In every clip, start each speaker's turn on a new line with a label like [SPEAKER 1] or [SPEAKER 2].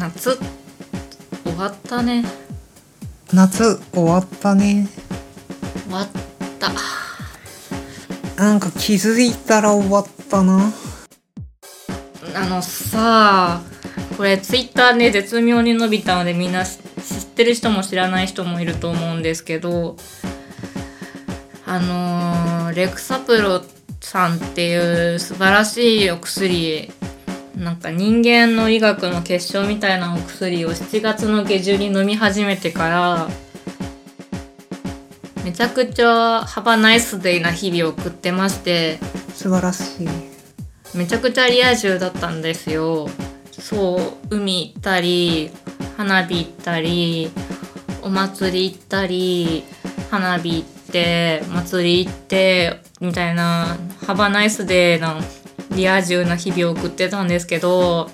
[SPEAKER 1] 夏終わったね
[SPEAKER 2] 夏終わったね
[SPEAKER 1] 終わった
[SPEAKER 2] なんか気づいたら終わったな
[SPEAKER 1] あのさあこれツイッターね絶妙に伸びたのでみんな知知ってる人も知らない人もいると思うんですけどあのーレクサプロさんっていう素晴らしいお薬なんか人間の医学の結晶みたいなお薬を7月の下旬に飲み始めてからめちゃくちゃ幅ナイスデイな日々を送ってまして
[SPEAKER 2] 素晴らしい
[SPEAKER 1] めちゃくちゃリア充だったんですよそう海行ったり花火行ったりお祭り行ったり花火行って祭り行ってみたいな幅ナイスデーなリア充な日々を送ってたんですけど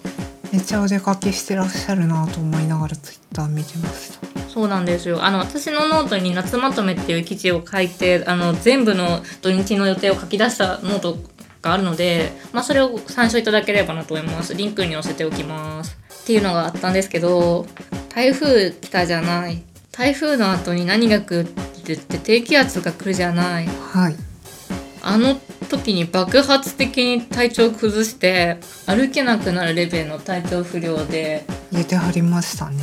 [SPEAKER 2] めっちゃお出かけしてらっしゃるなと思いながらツイッター見てました
[SPEAKER 1] そうなんですよあの私のノートに夏まとめっていう記事を書いてあの全部の土日の予定を書き出したノートがあるので、まあ、それを参照いただければなと思いますリンクに載せておきますっていうのがあったんですけど台風来たじゃない台風の後に何が来るって言って低気圧が来るじゃない
[SPEAKER 2] はい
[SPEAKER 1] あの時に爆発的に体調崩して歩けなくなるレベルの体調不良で
[SPEAKER 2] 言ってはりましたね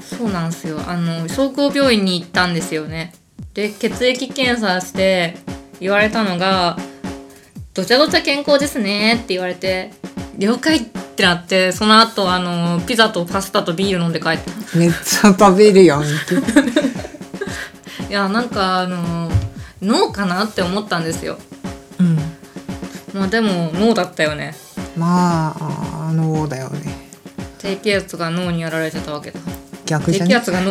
[SPEAKER 1] そうなんですよあの総合病院に行ったんですよねで血液検査して言われたのが「どちゃどちゃ健康ですね」って言われて「了解」ってなってその後あのピザとパスタとビール飲んで帰った
[SPEAKER 2] めっちゃ食べるやんけ
[SPEAKER 1] いやなんかあの脳かなって思ったんですよ
[SPEAKER 2] うん
[SPEAKER 1] まあでも脳だったよね
[SPEAKER 2] まああのだよね
[SPEAKER 1] 低気圧が脳にやられてたわけだ
[SPEAKER 2] 逆
[SPEAKER 1] 低
[SPEAKER 2] じゃ
[SPEAKER 1] 気
[SPEAKER 2] ね
[SPEAKER 1] 圧が脳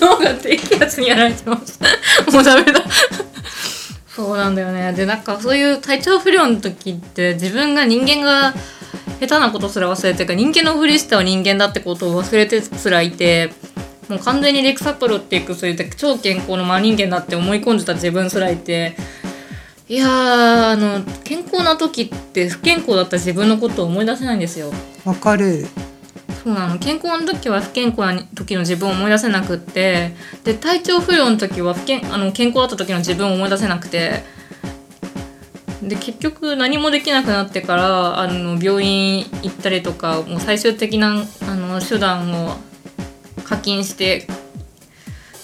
[SPEAKER 1] 脳が低気圧にやられてますもうダメだそうなんだよねでなんかそういう体調不良の時って自分が人間が下手なことすら忘れてるから人間のふりしては人間だってことを忘れてすらいてもう完全にレクサプロっていう薬で超健康の真人間だって思い込んでた自分すらいていやーあの健康な時って不健康だった自分のことを思い出せないんですよ
[SPEAKER 2] わかる
[SPEAKER 1] そうなの健康の時は不健康な時の自分を思い出せなくってで体調不良の時は不健あの健康だった時の自分を思い出せなくてで結局何もできなくなってからあの病院行ったりとかもう最終的なあの手段を課金して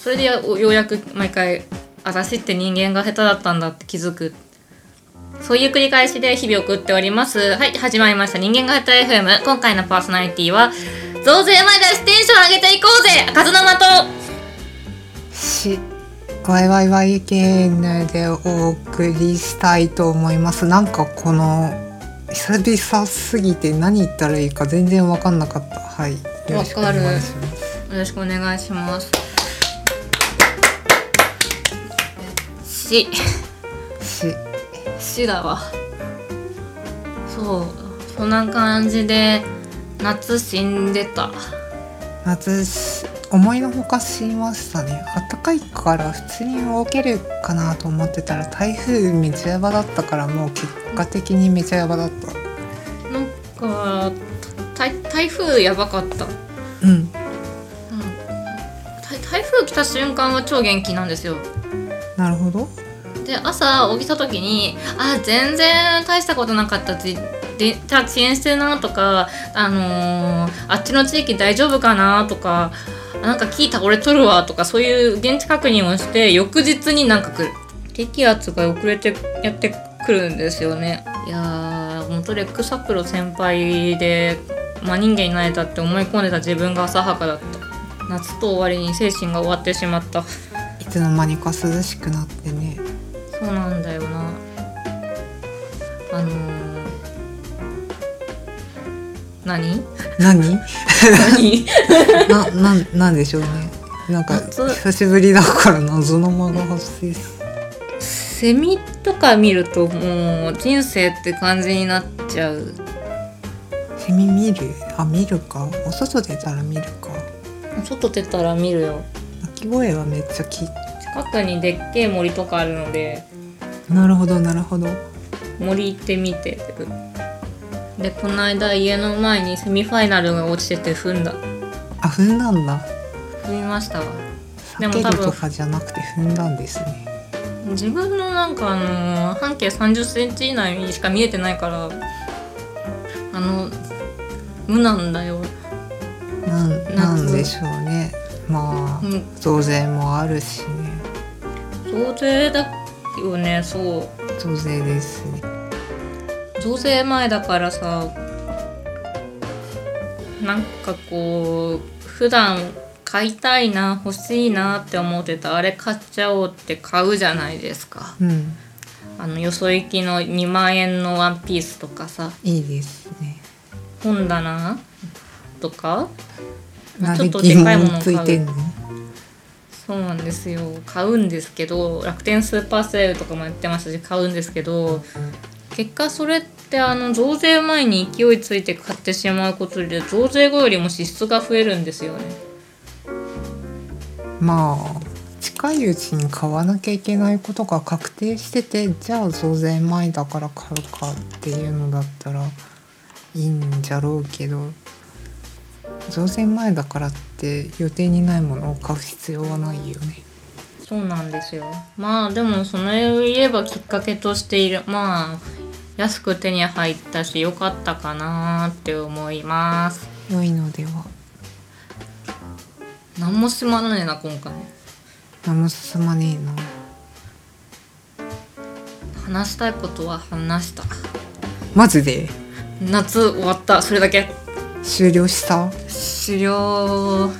[SPEAKER 1] それでやようやく毎回私って人間が下手だったんだって気づくそういう繰り返しで日々送っております。はい、始まりました。人間型 FM。今回のパーソナリティは、増税前出しテンション上げていこうぜ赤ズナマと
[SPEAKER 2] しワイワイワイゲームでお送りしたいと思いますなんかこの久々すぎて何言ったらいいか全然わかんなかったはいよろしくお願いします
[SPEAKER 1] よろしくお願いします。し、
[SPEAKER 2] し
[SPEAKER 1] しだわ。そう、そんな感じで、夏死んでた。
[SPEAKER 2] 夏し思いのほか死にましたね暖かいから普通に動けるかなと思ってたら台風めちゃやばだったからもう結果的にめちゃやばだった
[SPEAKER 1] なんか、た台風やばかった。
[SPEAKER 2] うん
[SPEAKER 1] うん台台風来た瞬間は超元気なんですよ
[SPEAKER 2] なるほど
[SPEAKER 1] で朝起きた時にあ全然大したことなかったしでた遅延してるなとか、あのーあっちの地域大丈夫かなとかなんか木倒れとるわとかそういう現地確認をして翌日になんか来る低気圧が遅れてやってくるんですよねいやー元レックサプロ先輩で真人間になれたって思い込んでた自分が浅はかだった夏と終わりに精神が終わってしまった
[SPEAKER 2] いつの間にか涼しくなってね
[SPEAKER 1] そうなんだよなあのー、何
[SPEAKER 2] 何
[SPEAKER 1] 何
[SPEAKER 2] な、なん、なんでしょうね。なんか
[SPEAKER 1] 夏
[SPEAKER 2] 久しぶりだから謎の間が発生する。
[SPEAKER 1] セミとか見るともう人生って感じになっちゃう
[SPEAKER 2] セミ見る？あ、見るか。お外出たら見るか。
[SPEAKER 1] 外出たら見るよ
[SPEAKER 2] 鳴き声はめっちゃ聞い。
[SPEAKER 1] 近くにでっけえ森とかあるので
[SPEAKER 2] なるほどなるほど。
[SPEAKER 1] 森行ってみてでこの間家の前にセミファイナルが落ちてて踏んだ
[SPEAKER 2] あ踏んだんだ
[SPEAKER 1] 踏みましたわで
[SPEAKER 2] 避
[SPEAKER 1] も
[SPEAKER 2] け
[SPEAKER 1] 多
[SPEAKER 2] る
[SPEAKER 1] 分
[SPEAKER 2] とかじゃなくて踏んだんですね
[SPEAKER 1] 自分のなんかあの半径3 0ンチ以内にしか見えてないからあの無なんだよ、
[SPEAKER 2] なんなんでしょうねま
[SPEAKER 1] う
[SPEAKER 2] あ
[SPEAKER 1] ん、
[SPEAKER 2] 増税もあるしね
[SPEAKER 1] 増税だよねそう
[SPEAKER 2] 増税ですね
[SPEAKER 1] 増税前だからさなんかこう普段買いたいな欲しいなって思ってたあれ買っちゃおうって買うじゃないですか
[SPEAKER 2] うん
[SPEAKER 1] あのよそ行きの2万円のワンピースとかさ
[SPEAKER 2] いいですね
[SPEAKER 1] 本棚とか
[SPEAKER 2] な
[SPEAKER 1] ちょ
[SPEAKER 2] ぜ
[SPEAKER 1] っとでかいものを買う
[SPEAKER 2] ついてんの
[SPEAKER 1] そうなんですよ買うんですけど楽天スーパーセールとかもやってましたし買うんですけど結果それってあの増税前に勢いついて買ってしまうことで増税後よりも支出が増えるんですよね
[SPEAKER 2] まあ近いうちに買わなきゃいけないことが確定しててじゃあ増税前だから買うかっていうのだったらいいんじゃろうけど増税前だからって予定にないものを買う必要はないよね。
[SPEAKER 1] そうなんですよまあでもそれを言えばきっかけとしているまあ安く手に入ったし良かったかなって思います
[SPEAKER 2] 良いのでは
[SPEAKER 1] 何もしまらねえな今回
[SPEAKER 2] 何も進まねえな。
[SPEAKER 1] 話したいことは話した
[SPEAKER 2] マジで
[SPEAKER 1] 夏終わったそれだけ
[SPEAKER 2] 終了した
[SPEAKER 1] 終了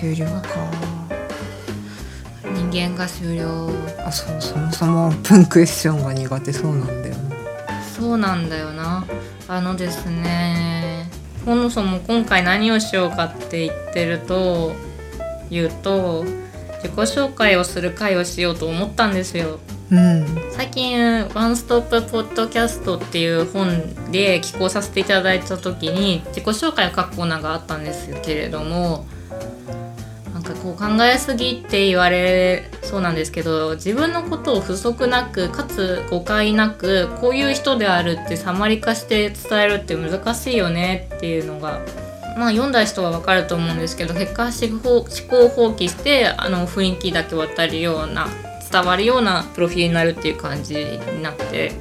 [SPEAKER 2] 終了か。
[SPEAKER 1] 人間が終了
[SPEAKER 2] あそうそもそもオ ープンクエスチョンが苦手そうなんだよね。
[SPEAKER 1] そうなんだよなあのですねそもそも今回何をしようかって言ってると言うと自己紹介をする回をしようと思ったんですよ
[SPEAKER 2] うん
[SPEAKER 1] 最近「ワンストップポッドキャスト」っていう本で寄稿させていただいた時に自己紹介を書くコーナーがあったんですけれどもなんかこう考えすぎって言われそうなんですけど自分のことを不足なくかつ誤解なくこういう人であるってサマリ化して伝えるって難しいよねっていうのが。まあ読んだ人はわかると思うんですけど結果思考思考を放棄してあの雰囲気だけ渡るような伝わるようなプロフィールになるっていう感じになって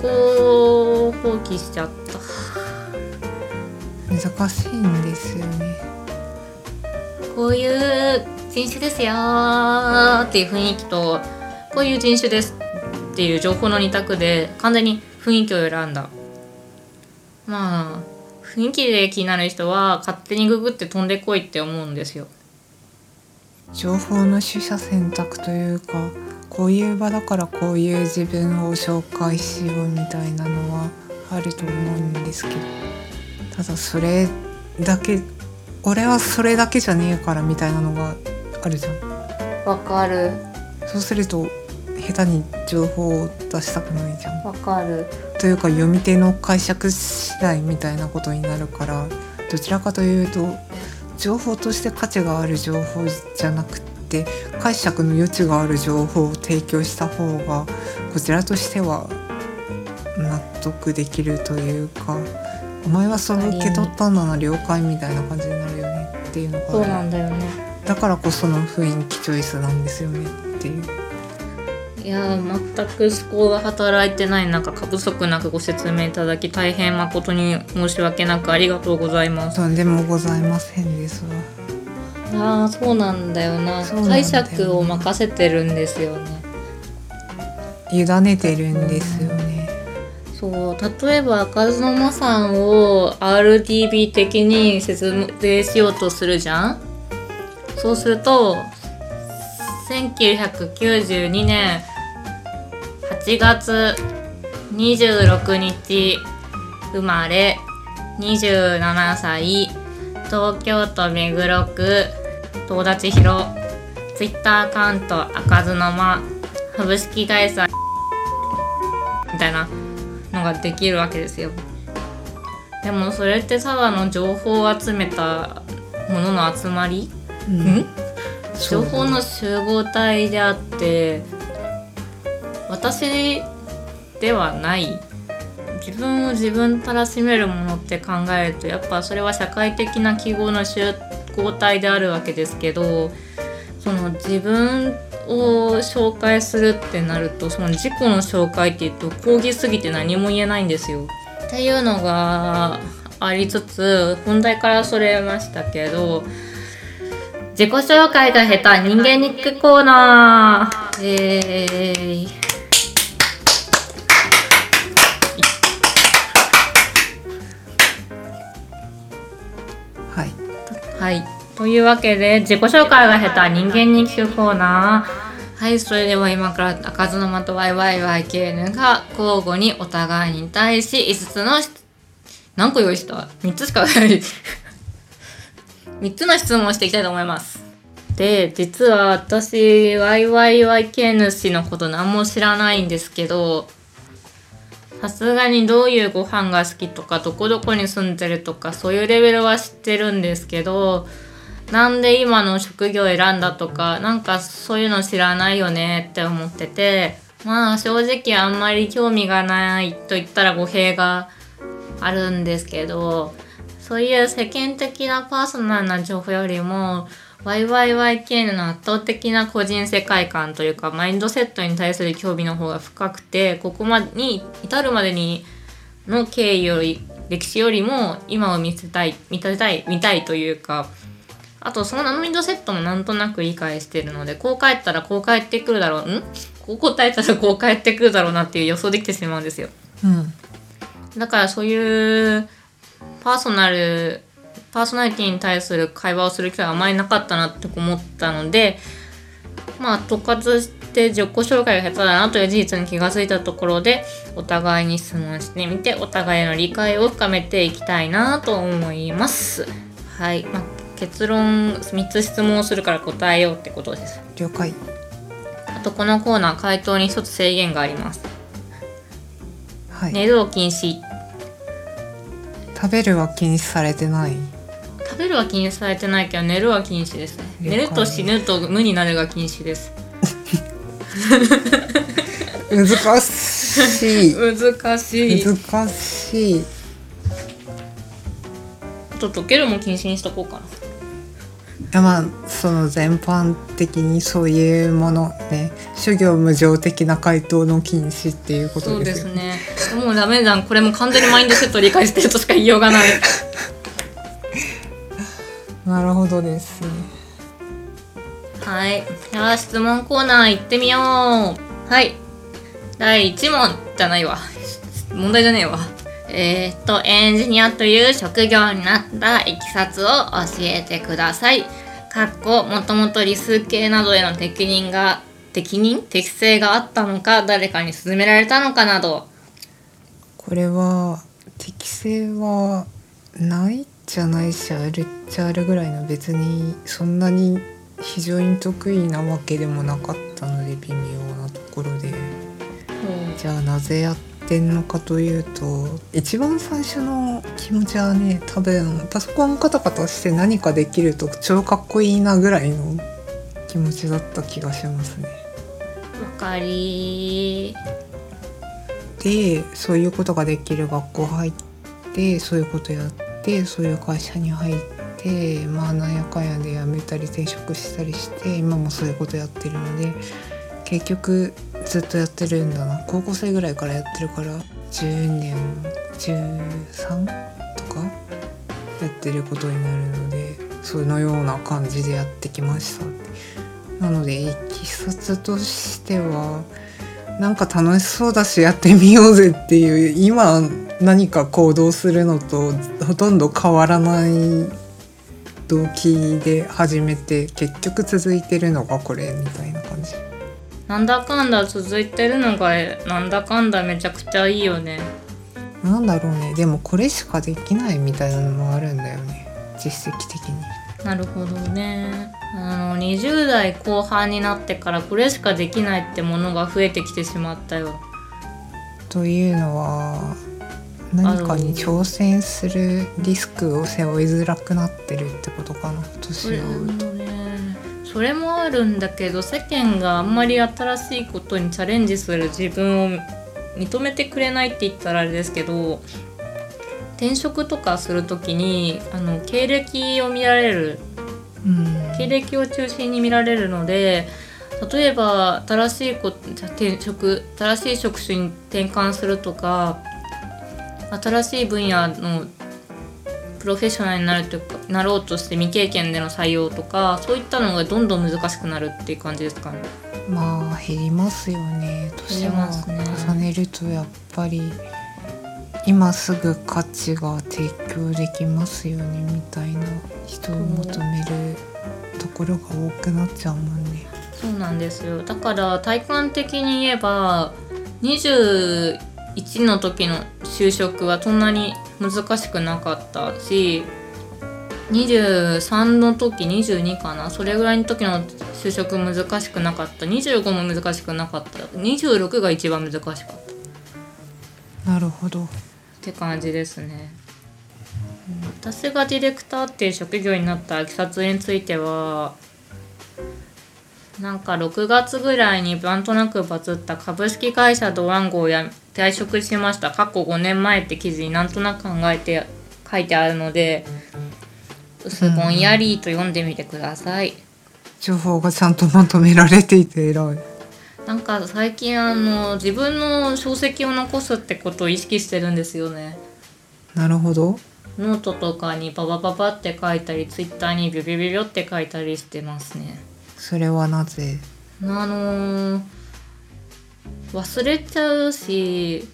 [SPEAKER 1] こう放棄しちゃった
[SPEAKER 2] 難しいんですよね。
[SPEAKER 1] こういう人種ですよーっていう雰囲気とこういう人種ですっていう情報の二択で完全に雰囲気を選んだまあ雰囲気で気になる人は勝手にググって飛んでこいって思うんですよ
[SPEAKER 2] 情報の取捨選択というかこういう場だからこういう自分を紹介しようみたいなのはあると思うんですけどただそれだけ俺はそれだけじゃねえからみたいなのがあるじゃん
[SPEAKER 1] わかる
[SPEAKER 2] そうすると下手に情報を出したくないじゃん
[SPEAKER 1] わかる
[SPEAKER 2] というか読み手の解釈次第みたいなことになるからどちらかというと情報として価値がある情報じゃなくって解釈の余地がある情報を提供した方がこちらとしては納得できるというかお前はそれ受け取ったんだな了解みたいな感じになるよねっていうの
[SPEAKER 1] そう
[SPEAKER 2] が
[SPEAKER 1] な
[SPEAKER 2] ある
[SPEAKER 1] んだよね
[SPEAKER 2] だからこその雰囲気チョイスなんですよねっていう。
[SPEAKER 1] いやー全く思考が働いてない中過不足なくご説明いただき大変誠に申し訳なくありがとうございます
[SPEAKER 2] とんでもございませんです
[SPEAKER 1] あ
[SPEAKER 2] わ。
[SPEAKER 1] ーそうなんだよな
[SPEAKER 2] そうなんだよ
[SPEAKER 1] 解
[SPEAKER 2] な
[SPEAKER 1] 釈を任せてるんですよね
[SPEAKER 2] 委ねてるんですよね。
[SPEAKER 1] そう例えば赤妻さんを RDB 的に説明しようとするじゃんそうすると1992年8月26日生まれ27歳東京都目黒区友達広 Twitter アカウント赤妻株式会社みたいなのができるわけですよでもそれってただの情報を集めたものの集まり、、
[SPEAKER 2] うんそう
[SPEAKER 1] 情報の集合体であって私ではない自分を自分たらしめるものって考えるとやっぱそれは社会的な記号の集合体であるわけですけどその自分を紹介するってなるとその自己の紹介っていうと抗議すぎて何も言えないんですよ。っていうのがありつつ本題からそれましたけど自己紹介が下手人間ニックコーナーえーイ
[SPEAKER 2] はい
[SPEAKER 1] はい。というわけで、自己紹介が下手人間日記コーナー。はい、それでは今から赤ずの間と YYYKN が交互にお互いに対し5つの質何個用意した ?3 つしかない 3つの質問をしていきたいと思います。で、実は私 YYYKN 氏のこと何も知らないんですけど、さすがにどういうご飯が好きとかどこどこに住んでるとかそういうレベルは知ってるんですけどなんで今の職業選んだとかなんかそういうの知らないよねって思っててまあ正直あんまり興味がないと言ったら語弊があるんですけどそういう世間的なパーソナルな情報よりも YYYKN の圧倒的な個人世界観というかマインドセットに対する興味の方が深くてここまでに至るまでにの経緯より歴史よりも今を見せたい見立てたい見たいというかあとそのマインドセットもなんとなく理解してるのでこう帰ったらこう帰ってくるだろうんこう答えたらこう帰ってくるだろうなっていう予想できてしまうんですよ。
[SPEAKER 2] うん
[SPEAKER 1] だからそういうパーソナルパーソナリティに対する会話をする機会があまりなかったなって思ったのでまあ突発して自己紹介が下手だなという事実に気がついたところでお互いに質問してみてお互いの理解を深めていきたいなと思います。はい、まあ、結論3つ質問をするから答えようってことです。
[SPEAKER 2] 了解
[SPEAKER 1] あとこのコーナー回答に1つ制限があります。
[SPEAKER 2] はい、
[SPEAKER 1] 寝るを禁止
[SPEAKER 2] 食べるは禁止されてない
[SPEAKER 1] 食べるは禁止されてないけど寝るは禁止ですね
[SPEAKER 2] 了
[SPEAKER 1] 寝
[SPEAKER 2] 解
[SPEAKER 1] ると死ぬと無になるが禁止です
[SPEAKER 2] 難しい
[SPEAKER 1] 難しい
[SPEAKER 2] 難しい
[SPEAKER 1] あと溶けるも禁止にしとこうかない
[SPEAKER 2] やまあその全般的にそういうものね諸行無常的な回答の禁止っていうこ
[SPEAKER 1] そ
[SPEAKER 2] と
[SPEAKER 1] う
[SPEAKER 2] で
[SPEAKER 1] ですす
[SPEAKER 2] よ
[SPEAKER 1] ねもうダメじゃんこれも完全にマインドセット理解してるとしか言いようがない
[SPEAKER 2] なるほどですね
[SPEAKER 1] はいじゃあ質問コーナー行ってみようはい第1問じゃないわ問題じゃねえわえー、っとエンジニアという職業になったいきさつを教えてくださいかっこもともと理数系などへの適任が適任適性があったのか誰かに勧められたのかなど
[SPEAKER 2] これは適性はないじゃないしあるっちゃあるぐらいの別にそんなに非常に得意なわけでもなかったので微妙なところでじゃあなぜやってんのかというと一番最初の気持ちはね多分パソコンカタカタして何かできると超かっこいいなぐらいの気持ちだった気がしますね。
[SPEAKER 1] わかり
[SPEAKER 2] でそういうことができる学校入ってそういうことやってそういう会社に入ってまあなんやかんやで辞めたり転職したりして今もそういうことやってるので結局ずっとやってるんだな高校生ぐらいからやってるから10年13とかやってることになるのでそのような感じでやってきました。なのでいきさつとしてはなんか楽しそうだしやってみようぜっていう今何か行動するのとほとんど変わらない動機で始めて結局続いてるのがこれみたいな感じ
[SPEAKER 1] なんだかんだ続いてるのがなんだかんだめちゃくちゃいいよね
[SPEAKER 2] なんだろうねでもこれしかできないみたいなのもあるんだよね実績的に
[SPEAKER 1] なるほどねあの20代後半になってからこれしかできないってものが増えてきてしまったよ
[SPEAKER 2] というのは何かに挑戦するリスクを背負いづらくなってるってことかな
[SPEAKER 1] そ
[SPEAKER 2] 年
[SPEAKER 1] れ
[SPEAKER 2] を追うと
[SPEAKER 1] もねそれもあるんだけど世間があんまり新しいことにチャレンジする自分を認めてくれないって言ったらあれですけど転職とかする時にあの経歴を見られる
[SPEAKER 2] うん
[SPEAKER 1] 経歴を中心に見られるので例えば新しいこじゃ転職新しい職種に転換するとか新しい分野のプロフェッショナルになるとかなろうとして未経験での採用とかそういったのがどんどん難しくなるっていう感じですかね。
[SPEAKER 2] まあ減りますよね年
[SPEAKER 1] 減り
[SPEAKER 2] を
[SPEAKER 1] ますね
[SPEAKER 2] 重ねるとやっぱり今すぐ価値が提供できますよねみたいな人を求めるところが多くなっちゃうもんね。
[SPEAKER 1] そうなんですよだから体感的に言えば21の時の就職はそんなに難しくなかったし23の時22かなそれぐらいの時の就職難しくなかった25も難しくなかった26が一番難しかったっ
[SPEAKER 2] なるほど。
[SPEAKER 1] て感じですね。私がディレクターっていう職業になったいきさつについてはなんか6月ぐらいになんとなくバズった株式会社ドワンゴをや退職しました過去5年前って記事になんとなく考えて書いてあるので薄ぼんやりと読んでみてください。
[SPEAKER 2] 情報がちゃんとまとめられていて偉い。
[SPEAKER 1] なんか最近あの自分の書籍を残すってことを意識してるんですよね。
[SPEAKER 2] なるほど。
[SPEAKER 1] ノートとかにババババって書いたりツイッターにビュビュビュビュって書いたりしてますね。
[SPEAKER 2] それはなぜ。
[SPEAKER 1] あのー忘れちゃうし、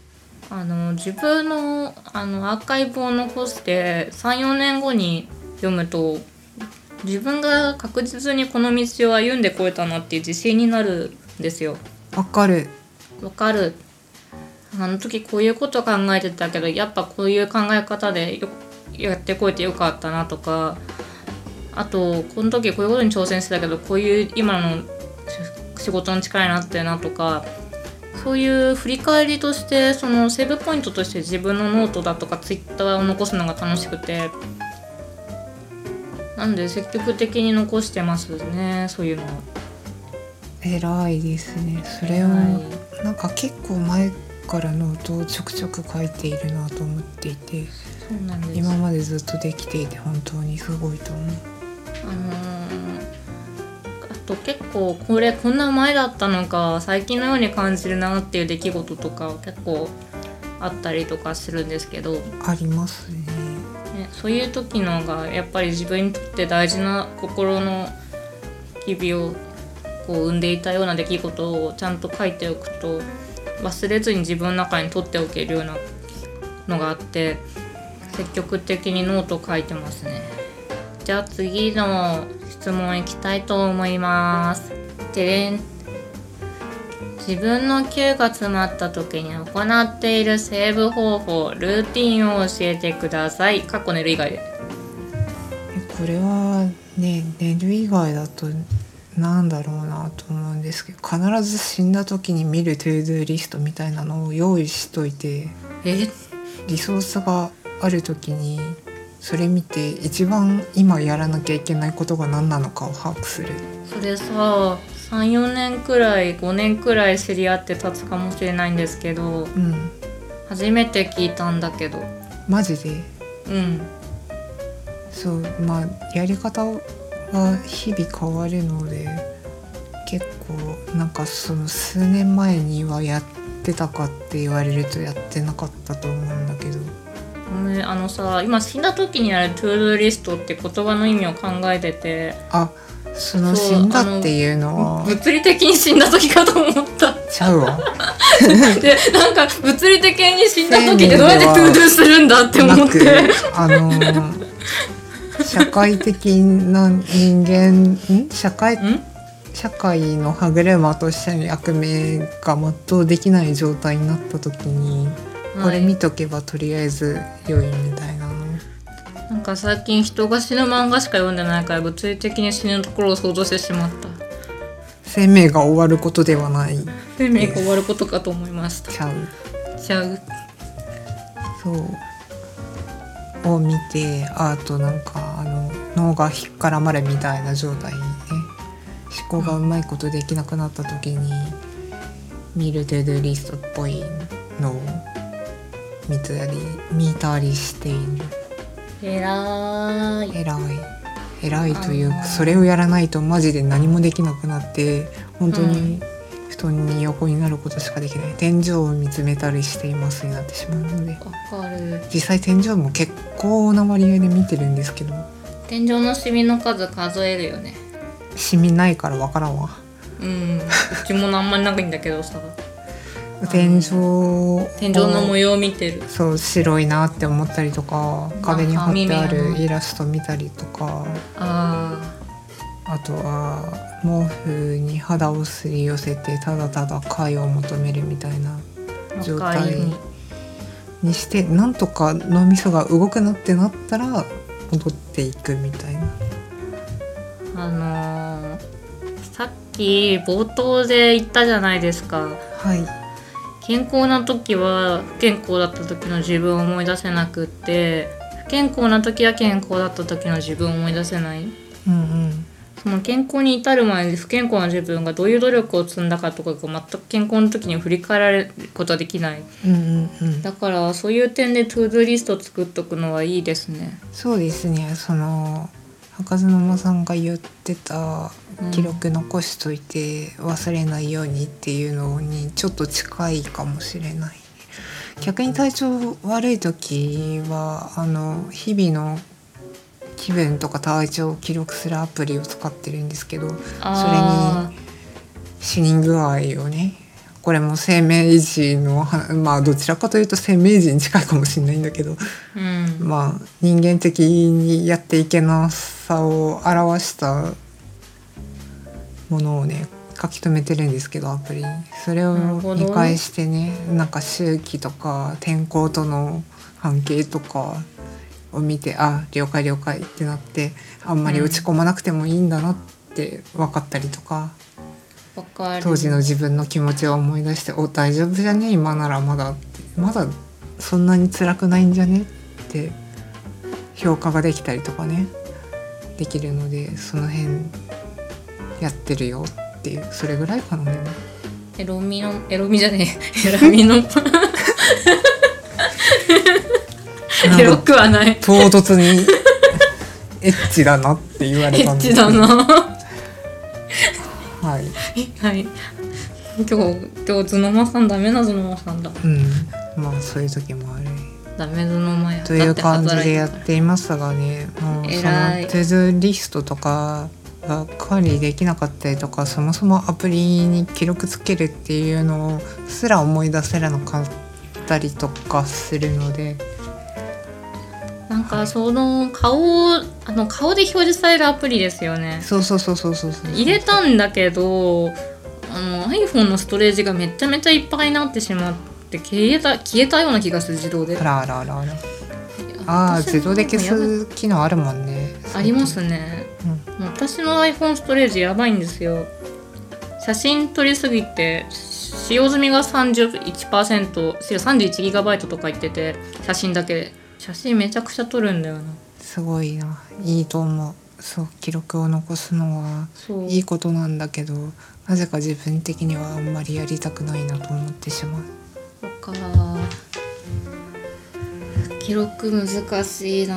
[SPEAKER 1] あの自分のあのアーカイブを残して34年後に読むと自分が確実にこの道を歩んでこえたなっていう自信になるんですよ。
[SPEAKER 2] わかる。
[SPEAKER 1] わかるあの時こういうこと考えてたけどやっぱこういう考え方でよやってこいてよかったなとかあとこの時こういうことに挑戦してたけどこういう今のし仕事の力になったよなとかそういう振り返りとしてそのセーブポイントとして自分のノートだとかツイッターを残すのが楽しくてなんで積極的に残してますねそういうのは。
[SPEAKER 2] 偉いですね。それを、
[SPEAKER 1] はい
[SPEAKER 2] なんか結構前からノートをちょくちょく書いているなと思っていて、
[SPEAKER 1] そうなんです
[SPEAKER 2] 今までずっとできていて本当にすごいと思う。
[SPEAKER 1] あのーあと結構これこんな前だったのか最近のように感じるなっていう出来事とか結構あったりとかするんですけど、ね、
[SPEAKER 2] ありますね。
[SPEAKER 1] そういう時のがやっぱり自分にとって大事な心の日々をこう生んでいたような出来事をちゃんと書いておくと忘れずに自分の中に取っておけるようなのがあって積極的にノート書いてますねじゃあ次の質問いきたいと思いますてれん自分の9が詰まった時に行っているセーブ方法ルーティンを教えてくださいかっこ寝る以外で
[SPEAKER 2] これはね寝る以外だとなんだろうなと思うんですけど必ず死んだ時に見るトゥードゥーリストみたいなのを用意しといて
[SPEAKER 1] え
[SPEAKER 2] リソースがある時にそれ見て一番今やらなきゃいけないことが何なのかを把握する
[SPEAKER 1] それさ34年くらい5年くらい知り合って経つかもしれないんですけど
[SPEAKER 2] うん
[SPEAKER 1] 初めて聞いたんだけど
[SPEAKER 2] マジで
[SPEAKER 1] うん
[SPEAKER 2] そうまあやり方は日々変わるので結構なんかその数年前にはやってたかって言われるとやってなかったと思うんだけど
[SPEAKER 1] ごめんあのさ今死んだ時にやるトゥードゥーリストって言葉の意味を考えてて
[SPEAKER 2] あその
[SPEAKER 1] そう
[SPEAKER 2] 死んだっていうのは
[SPEAKER 1] 物理的に死んだ時かと思った
[SPEAKER 2] ちゃうわ
[SPEAKER 1] でなんか物理的に死んだ時ってどうやってトゥードゥーするんだって思
[SPEAKER 2] な
[SPEAKER 1] っ
[SPEAKER 2] く
[SPEAKER 1] て
[SPEAKER 2] あの社会的な人間ん社会
[SPEAKER 1] ん
[SPEAKER 2] 社会の歯車として役目が全うできない状態になった時にこれ見とけばとりあえず良いみたいなの、
[SPEAKER 1] なんか最近人が死ぬ漫画しか読んでないから物理的に死ぬところを想像してしまった
[SPEAKER 2] 生命が終わることではない
[SPEAKER 1] でメイク終わることかと思いました
[SPEAKER 2] ちゃう
[SPEAKER 1] ちゃう
[SPEAKER 2] そうを見てあとなんかあの脳が引っからまれみたいな状態にね思考がうまいことできなくなった時に見るデドゥリストっぽいのを見たり見たりしている
[SPEAKER 1] えらーい
[SPEAKER 2] 偉い偉いという
[SPEAKER 1] あ
[SPEAKER 2] か
[SPEAKER 1] ー
[SPEAKER 2] それをやらないとマジで何もできなくなって本当に布団に横になることしかできない、天井を見つめたりしていますになってしまうので
[SPEAKER 1] わかる
[SPEAKER 2] 実際天井も結構な割合で見てるんですけど
[SPEAKER 1] 天井のシミの数数えるよね
[SPEAKER 2] シミないからわからんわ
[SPEAKER 1] うんうちもあんまりないんだけど さ
[SPEAKER 2] 天井
[SPEAKER 1] 天井の模
[SPEAKER 2] 様
[SPEAKER 1] 様を見てる
[SPEAKER 2] そう白いなって思ったりとか壁に貼ってあ
[SPEAKER 1] あ
[SPEAKER 2] る
[SPEAKER 1] 耳
[SPEAKER 2] イラスト見たりとか
[SPEAKER 1] あ
[SPEAKER 2] あとは毛布に肌をすり寄せてただただ快を求めるみたいな
[SPEAKER 1] あ
[SPEAKER 2] 状
[SPEAKER 1] わか
[SPEAKER 2] 態
[SPEAKER 1] る
[SPEAKER 2] にしてなんとか脳みそが動くなってなったら戻っていくみたいな。
[SPEAKER 1] あのーさっき冒頭で言ったじゃないですか
[SPEAKER 2] はい、
[SPEAKER 1] 健康な時は不健康だった時の自分を思い出せなくって不健康な時は健康だった時の自分を思い出せない
[SPEAKER 2] うんうん
[SPEAKER 1] その健康に至る前に不健康な自分がどういう努力を積んだかとかが全く健康の時に振り返られることはできない
[SPEAKER 2] うんうんうん、
[SPEAKER 1] だからそういう点でトゥードゥーリストを作っとくのはいいですね
[SPEAKER 2] そうですねその赤津沼さんが言ってた
[SPEAKER 1] うん
[SPEAKER 2] 記録残しといて忘れないようにっていうのにちょっと近いかもしれない逆に体調悪い時はあの日々の気分とか体調を記録するアプリを使ってるんですけど
[SPEAKER 1] あ
[SPEAKER 2] 死に具合をねこれも生命維持の話まあどちらかというと生命維持に近いかもしれないんだけど
[SPEAKER 1] それにうん
[SPEAKER 2] まあ人間的にやっていけなさを表したものをね書き留めてるんですけどアプリにそれ
[SPEAKER 1] なる
[SPEAKER 2] を
[SPEAKER 1] ほど
[SPEAKER 2] 見返してねなんか周期とか天候との関係とかを見てあ了解了解ってなってあんまり
[SPEAKER 1] うん
[SPEAKER 2] 落ち込まなくてもいいんだなって分かったりとか、
[SPEAKER 1] わかる
[SPEAKER 2] 当時の自分の気持ちを思い出して「お大丈夫じゃね今ならまだまだそんなに辛くないんじゃね?」って評価ができたりとかねできるのでその辺やってるよっていうそれぐらいかなで も
[SPEAKER 1] エロミのエロミじゃねえエラミ のエ
[SPEAKER 2] な
[SPEAKER 1] ロ
[SPEAKER 2] んか
[SPEAKER 1] くはない
[SPEAKER 2] 唐突にエッチだなって言われ
[SPEAKER 1] エ
[SPEAKER 2] たん
[SPEAKER 1] ッ
[SPEAKER 2] で
[SPEAKER 1] チだな
[SPEAKER 2] はい、
[SPEAKER 1] はい。今日、今日、頭脳マさん、ダメな頭脳マさんだ。
[SPEAKER 2] うん、まあそういう時もある
[SPEAKER 1] ダメ頭脳マや。
[SPEAKER 2] という感じでやっ
[SPEAKER 1] だって働いてる
[SPEAKER 2] ていますがねもうその
[SPEAKER 1] 偉い
[SPEAKER 2] トゥードゥーリストとかが管理できなかったりとかそもそもアプリに記録つけるっていうのすら思い出せなかったりとかするので
[SPEAKER 1] からなんか、その顔を、あの顔で表示されるアプリですよね。
[SPEAKER 2] そうそうそうそうそうそう
[SPEAKER 1] 入れたんだけど、あの iPhone のストレージがめちゃめちゃいっぱいになってしまって消えた消えたような気がする自動で
[SPEAKER 2] あ。らあらあらあらあー
[SPEAKER 1] 私
[SPEAKER 2] 自動で消
[SPEAKER 1] もうや
[SPEAKER 2] す機能あるもんね
[SPEAKER 1] だありますね。
[SPEAKER 2] うん
[SPEAKER 1] もう私の iPhone ストレージやばいんですよ。写真撮りすぎて使用済みが31%し 31GB とか言ってて写真だけで写真めちゃくちゃ撮るんだよな
[SPEAKER 2] すごいないいと思うそう記録を残すのは
[SPEAKER 1] そう
[SPEAKER 2] いいことなんだけどなぜか自分的にはあんまりやりたくないなと思ってしまう
[SPEAKER 1] とか記録難しいな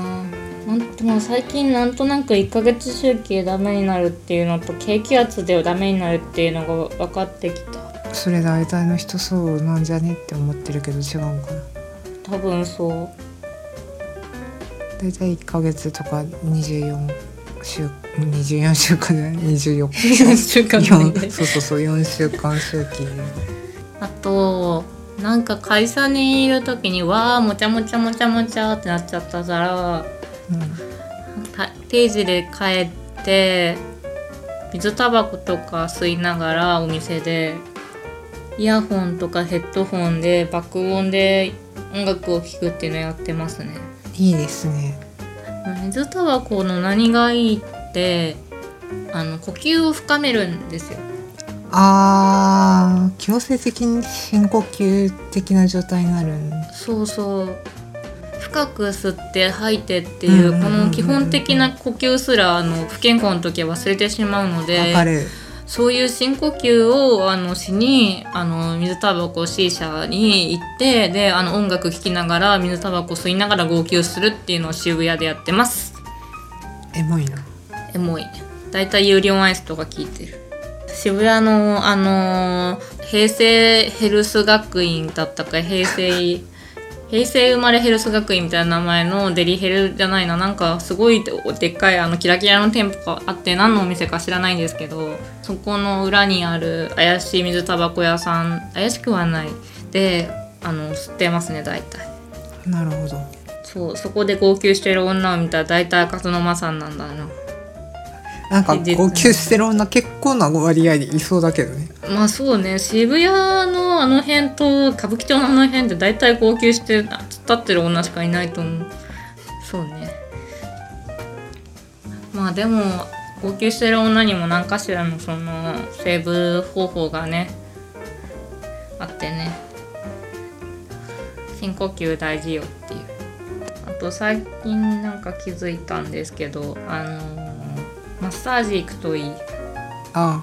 [SPEAKER 1] なんでも最近なんとなく1ヶ月周期でダメになるっていうのと低気圧でダメになるっていうのが分かってきた
[SPEAKER 2] それ大体の人そうなんじゃねって思ってるけど違うんかな
[SPEAKER 1] 多分そう
[SPEAKER 2] 大体1ヶ月とか24週24週間じゃない24
[SPEAKER 1] 4週間
[SPEAKER 2] 四
[SPEAKER 1] で
[SPEAKER 2] そうそうそう4週間周期で
[SPEAKER 1] あとなんか会社にいる時にわあもちゃもちゃもちゃもちゃってなっちゃったから
[SPEAKER 2] うん
[SPEAKER 1] た定時で帰って水タバコとか吸いながらお店でイヤホンとかヘッドホンで爆音で音楽を聴くっていうのやってますね。
[SPEAKER 2] いいですね
[SPEAKER 1] 水タバコの何がいいってあの呼吸を深めるんですよ。
[SPEAKER 2] あー強制的に深呼吸的な状態になるん
[SPEAKER 1] そうそう深く吸って吐いてっていう
[SPEAKER 2] うんうんうん
[SPEAKER 1] こ
[SPEAKER 2] うん
[SPEAKER 1] の基本的な呼吸すらあの不健康の時は忘れてしまうの
[SPEAKER 2] わ
[SPEAKER 1] で
[SPEAKER 2] かる
[SPEAKER 1] そういう深呼吸をあのしにあの水タバコ C 社に行ってであの音楽聴きながら水タバコ吸いながら号泣するっていうのを渋谷でやってます
[SPEAKER 2] エモいな
[SPEAKER 1] エモいだいたい有料アイスとか聞いてる渋谷のあのー平成ヘルス学院だったか平成 平成生まれヘルス学院みたいな名前のデリヘルじゃないななんかすごいででっかいあのキラキラの店舗があって何のお店か知らないんですけどそこの裏にある怪しい水タバコ屋さん怪しくはないであの吸ってますね大体
[SPEAKER 2] なるほど
[SPEAKER 1] そうそこで号泣してる女を見たら大体勝沼さんなんだな
[SPEAKER 2] なんか
[SPEAKER 1] で
[SPEAKER 2] 号泣してる女結構な割合でいそうだけどね
[SPEAKER 1] まあそうね渋谷のあの辺と歌舞伎町のあの辺って大体号泣して突っ立ってる女しかいないと思うそうねまあでも号泣してる女にも何かしらのそのセーブ方法がねあってね深呼吸大事よっていうあと最近なんか気づいたんですけどあのーマッサージ行くといい
[SPEAKER 2] あ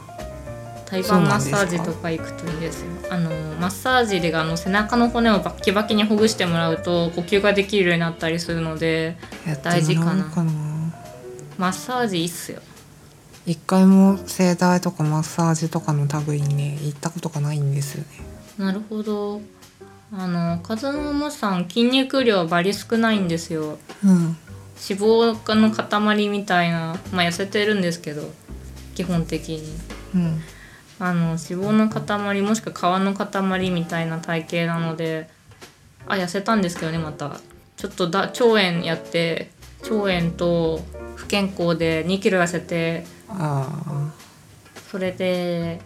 [SPEAKER 1] 台湾マッサージとか行くといいですよあのマッサージであの背中の骨をバッキバキにほぐしてもらうと呼吸ができるようになったりするので
[SPEAKER 2] あやってもらおうかな
[SPEAKER 1] マッサージいいっすよ
[SPEAKER 2] 一回も整体とかマッサージとかの類にね行ったことがないんですよね
[SPEAKER 1] なるほどあの風間さん筋肉量バリ少ないんですよ
[SPEAKER 2] うん
[SPEAKER 1] 脂肪の塊みたいなまあ痩せてるんですけど基本的に
[SPEAKER 2] うん
[SPEAKER 1] あの脂肪の塊もしくは皮の塊みたいな体型なのであ痩せたんですけどねまたちょっとだ腸炎やって腸炎と不健康で2キロ痩せて
[SPEAKER 2] あ
[SPEAKER 1] それで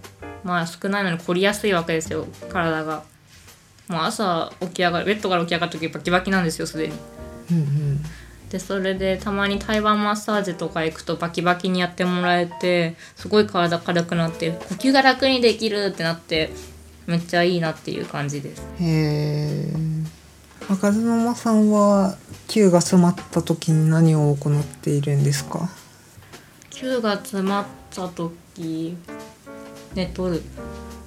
[SPEAKER 1] まあ少ないのに凝りやすいわけですよ体がもう朝起き上がるベッドから起き上がる時バキバキなんですよすでに
[SPEAKER 2] あうんうん
[SPEAKER 1] でそれでたまに台湾マッサージとか行くとバキバキにやってもらえてすごい体軽くなって呼吸が楽にできるってなってめっちゃいいなっていう感じです
[SPEAKER 2] へえ赤妻マさんは球が詰まった時に何を行っているんですか
[SPEAKER 1] 9が詰まった時寝とる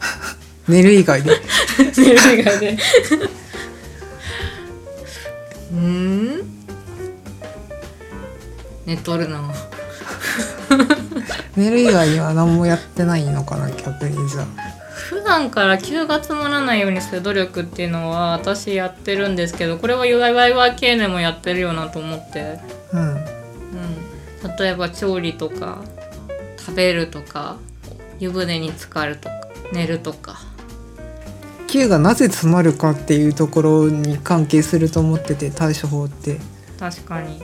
[SPEAKER 2] 寝る以外 で
[SPEAKER 1] 寝る以外でうーん寝とるな
[SPEAKER 2] 寝る以外には何もやってないのかな逆にじゃあ
[SPEAKER 1] 普段から急がつまらないようにする努力っていうのは私やってるんですけどこれは UIYYK でもやってるよなと思って、
[SPEAKER 2] うん
[SPEAKER 1] うん、例えば調理とか食べるとか湯船に浸かるとか寝るとか
[SPEAKER 2] 球がなぜ詰まるかっていうところに関係すると思ってて対処法って
[SPEAKER 1] 確かに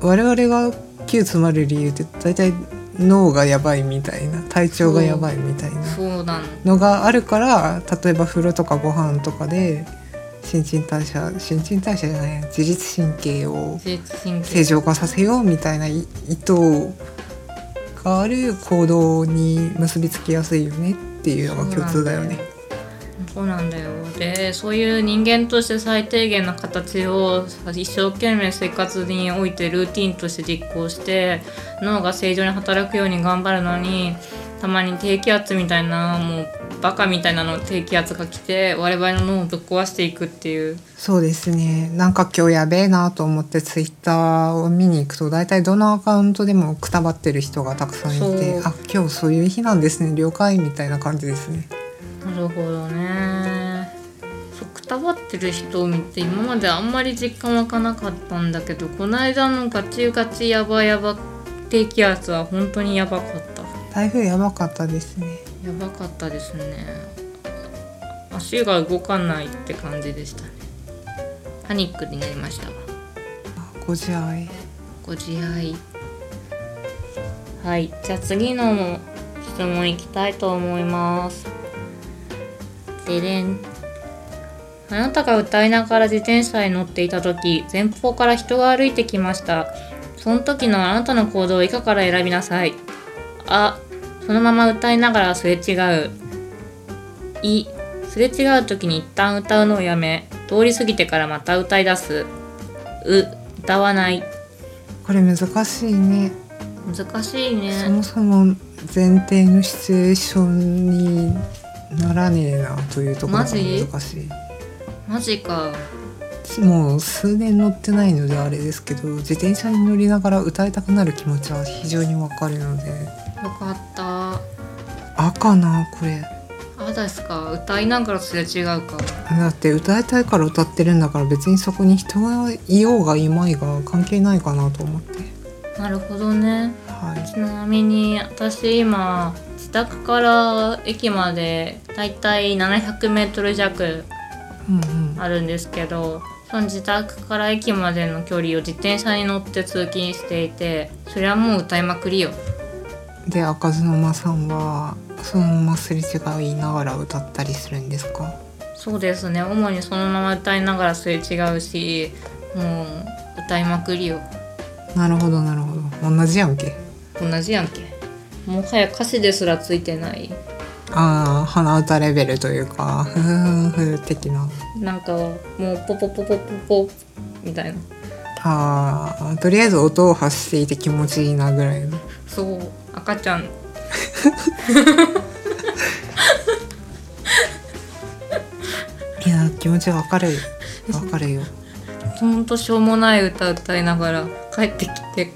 [SPEAKER 2] 我々が球詰まる理由って大体脳がやばいみたいな体調がやばいみたいな
[SPEAKER 1] そうなの
[SPEAKER 2] のがあるから例えば風呂とかご飯とかで新陳代謝新陳代謝じゃないや自律神経を
[SPEAKER 1] 自律神経
[SPEAKER 2] 正常化させようみたいない意図がある行動に結びつきやすいよねっていうのが共通だよね。
[SPEAKER 1] そうなんだよでそういう人間として最低限の形を一生懸命生活においてルーティンとして実行して脳が正常に働くように頑張るのにたまに低気圧みたいなもうバカみたいなの低気圧が来て我々の脳をぶっ壊していくっていう
[SPEAKER 2] そうですねなんか今日やべえなと思ってツイッターを見に行くと大体どのアカウントでもくたばってる人がたくさんい
[SPEAKER 1] そう
[SPEAKER 2] てあ今日そういう日なんですね了解みたいな感じですね。
[SPEAKER 1] なるほどねそうくたばってる人を見て今まであんまり実感湧かなかったんだけどこの間のガチガチヤバヤバ低気圧は本当にヤバかった。
[SPEAKER 2] 台風やばかったですね。
[SPEAKER 1] やばかったですね足が動かないって感じでしたねパニックになりましたわ
[SPEAKER 2] ご自愛
[SPEAKER 1] ご自愛はいじゃあ次の質問いきたいと思いますでれんあなたが歌いながら自転車に乗っていた時前方から人が歩いてきましたその時のあなたの行動を以下から選びなさいあそのまま歌いながらすれ違ういすれ違う時に一旦歌うのをやめ通り過ぎてからまた歌い出すう歌わない
[SPEAKER 2] これ難しいね
[SPEAKER 1] 難しいね
[SPEAKER 2] そもそも前提のシチュエーションにならねえなというところが
[SPEAKER 1] マジ
[SPEAKER 2] 難しい
[SPEAKER 1] マジか
[SPEAKER 2] もう数年乗ってないのであれですけど自転車に乗りながら歌いたくなる気持ちは非常にわかるので
[SPEAKER 1] よかった
[SPEAKER 2] あかなこれ
[SPEAKER 1] あですか歌いながらすれ違うか
[SPEAKER 2] だって歌いたいから歌ってるんだから別にそこに人がいようがいまいが関係ないかなと思って
[SPEAKER 1] なるほどね
[SPEAKER 2] はい
[SPEAKER 1] ちなみに私今自宅から駅までだいたい 700m 弱
[SPEAKER 2] うんうん
[SPEAKER 1] あるんですけどその自宅から駅までの距離を自転車に乗って通勤していてそれはもう歌いまくりよ
[SPEAKER 2] で赤ずの間さんはそのまますれ違いながら歌ったりするんですか
[SPEAKER 1] そうですね主にそのまま歌いながらすれ違うしもう歌いまくりよ
[SPEAKER 2] なるほどなるほど同じやんけ
[SPEAKER 1] 同じやんけもはや歌詞ですらついてない
[SPEAKER 2] ああ鼻歌レベルというかふふんふ的な
[SPEAKER 1] なんかもうポポポポポポみたいな
[SPEAKER 2] あーとりあえず音を発していて気持ちいいなぐらいの
[SPEAKER 1] そう赤ちゃん
[SPEAKER 2] いや気持ちわかるよわかるよ
[SPEAKER 1] ほんとしょうもない歌歌いながら帰ってきて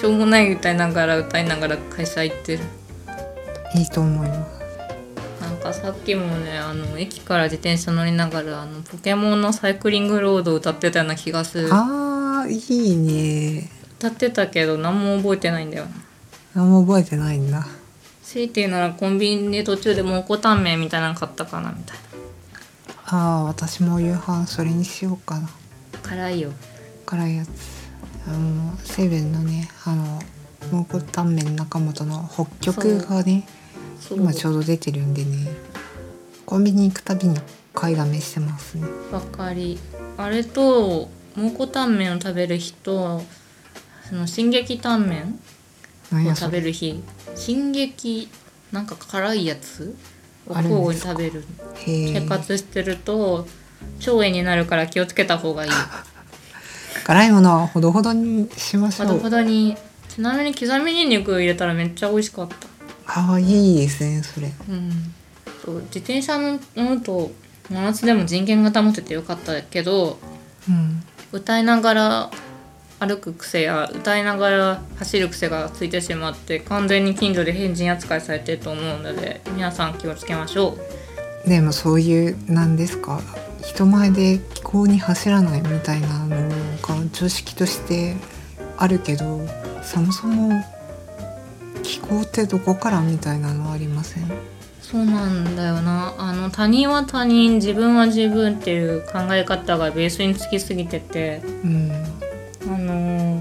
[SPEAKER 1] しょうもない歌いながら歌いながら会社行ってる
[SPEAKER 2] いいと思います
[SPEAKER 1] なんかさっきもねあの駅から自転車乗りながらあのポケモンのサイクリングロードを歌ってたような気がする
[SPEAKER 2] あーいいね
[SPEAKER 1] 歌ってたけど何も覚えてないんだよな
[SPEAKER 2] 何も覚えてないんだ
[SPEAKER 1] 強いて言うならコンビニで途中で蒙古タンメンみたいなの買ったかなみたい
[SPEAKER 2] あー私も夕飯それにしようかな
[SPEAKER 1] な辛いよ
[SPEAKER 2] 辛いやつあのセブンのねあの蒙古タンメン中本の北極がね
[SPEAKER 1] そう
[SPEAKER 2] 今ちょうど出てるんでねコンビニ行くたびに買いだめしてますね
[SPEAKER 1] わかりあれと蒙古タンメンを食べる日とその進撃タンメン
[SPEAKER 2] 何
[SPEAKER 1] を
[SPEAKER 2] や
[SPEAKER 1] 食
[SPEAKER 2] そ
[SPEAKER 1] べ
[SPEAKER 2] れ
[SPEAKER 1] る日進撃なんか辛いやつを
[SPEAKER 2] あるんですか
[SPEAKER 1] 交互に食べる
[SPEAKER 2] へえ
[SPEAKER 1] 生活してると腸炎になるから気をつけた方がいい
[SPEAKER 2] 辛いものはほどほどにしまし
[SPEAKER 1] ほ
[SPEAKER 2] ょ
[SPEAKER 1] ど
[SPEAKER 2] う
[SPEAKER 1] ほどにちなみに刻みにんにく入れたらめっちゃ美味しかった
[SPEAKER 2] ああいいですねそれ
[SPEAKER 1] うんそう自転車の乗ると真夏でも人権が保ててよかったけど
[SPEAKER 2] うん
[SPEAKER 1] 歌いながら歩く癖や歌いながら走る癖がついてしまって完全に近所で変人扱いされてると思うので皆さん気をつけましょ
[SPEAKER 2] でもそういうなんですか人前で気候に走らないみたいなのが常識としてあるけどそもそも気候ってどこからみたいなのありません
[SPEAKER 1] うそうなんだよなあの他人は他人自分は自分っていう考え方がベースにつきすぎてて
[SPEAKER 2] うん
[SPEAKER 1] あの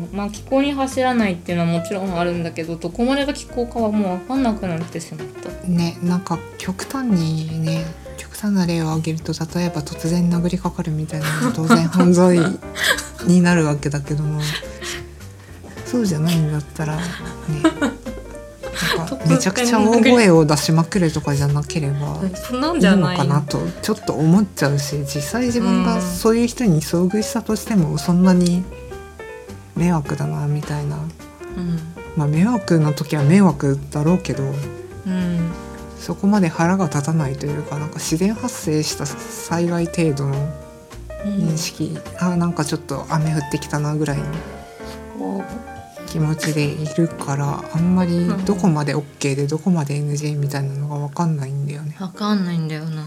[SPEAKER 1] ーまあ気候に走らないっていうのはもちろんあるんだけどどこまでが気候かはもう分かんなくなってしまった
[SPEAKER 2] ねなんか極端にね極端な例を挙げると例えば突然殴りかかるみたいなのは当然犯罪 になるわけだけどもそうじゃないんだったらねなんかめちゃくちゃ大声を出しまくるとかじゃなければ
[SPEAKER 1] そんないん
[SPEAKER 2] い
[SPEAKER 1] じゃ
[SPEAKER 2] の
[SPEAKER 1] ない
[SPEAKER 2] かなとちょっと思っちゃうし実際自分がそういう人に遭遇したとしてもそんなに迷惑だなみたいな
[SPEAKER 1] う
[SPEAKER 2] まあ迷惑な時は迷惑だろうけど。
[SPEAKER 1] ん、うん、
[SPEAKER 2] そこまで腹が立たないというかなんか自然発生した災害程度の
[SPEAKER 1] うん
[SPEAKER 2] 認識、あなんかちょっと雨降ってきたなぐらいの
[SPEAKER 1] こ
[SPEAKER 2] 気持ちでいるからあんまり
[SPEAKER 1] うん
[SPEAKER 2] どこまで OK でどこまで NG みたいなのが分かんないんだよね
[SPEAKER 1] う。わかんないんだよな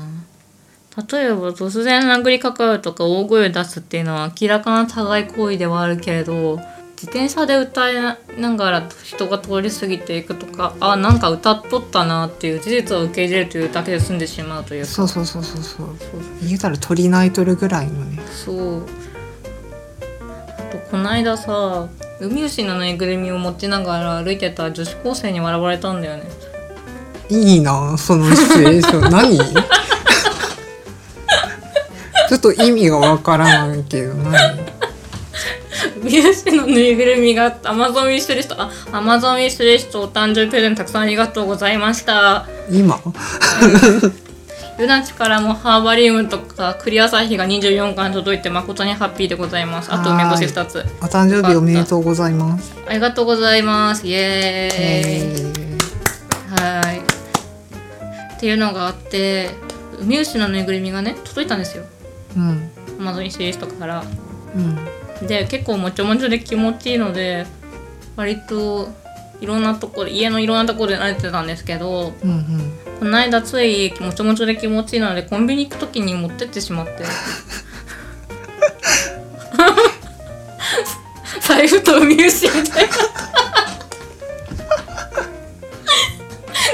[SPEAKER 1] 例えば突然殴りかかるとか大声を出すっていうのは明らかな互い行為ではあるけれど自転車で歌いながら人が通り過ぎていくとかあなんか歌っとったなっていう事実を受け入れるというだけで済んでしまうというか
[SPEAKER 2] そうそうそうそうそう
[SPEAKER 1] そう
[SPEAKER 2] 言えたら鳥ナイトルぐらいのね
[SPEAKER 1] そうあとこないださウミウシのぬいぐるみを持ちながら歩いてた女子高生に笑われたんだよね
[SPEAKER 2] いいなそのシチュエーシ ョン何ちょっと意味が分からないけど何
[SPEAKER 1] ウミウシのぬいぐるみがアマゾンウィッシュリストあアマゾンウィッシュリストお誕生日プレゼントたくさんありがとうございました
[SPEAKER 2] 今
[SPEAKER 1] ルナチからもハーバリウムとかクリアサヒが24巻届いて誠にハッピーでございますあと梅干し2つ
[SPEAKER 2] お誕生日おめでとうございます
[SPEAKER 1] ありがとうございますイエーイ
[SPEAKER 2] えー
[SPEAKER 1] はいっていうのがあってウミウシのぬいぐるみがね届いたんですよ
[SPEAKER 2] うん
[SPEAKER 1] アマゾンシリーズとかから
[SPEAKER 2] うん
[SPEAKER 1] で結構もちょもちょで気持ちいいので割といろんなところ家のいろんなところで慣れてたんですけど
[SPEAKER 2] うんうん
[SPEAKER 1] この間ついもちょもちょで気持ちいいのでコンビニ行く時に持ってってしまって財布と海牛みたいな。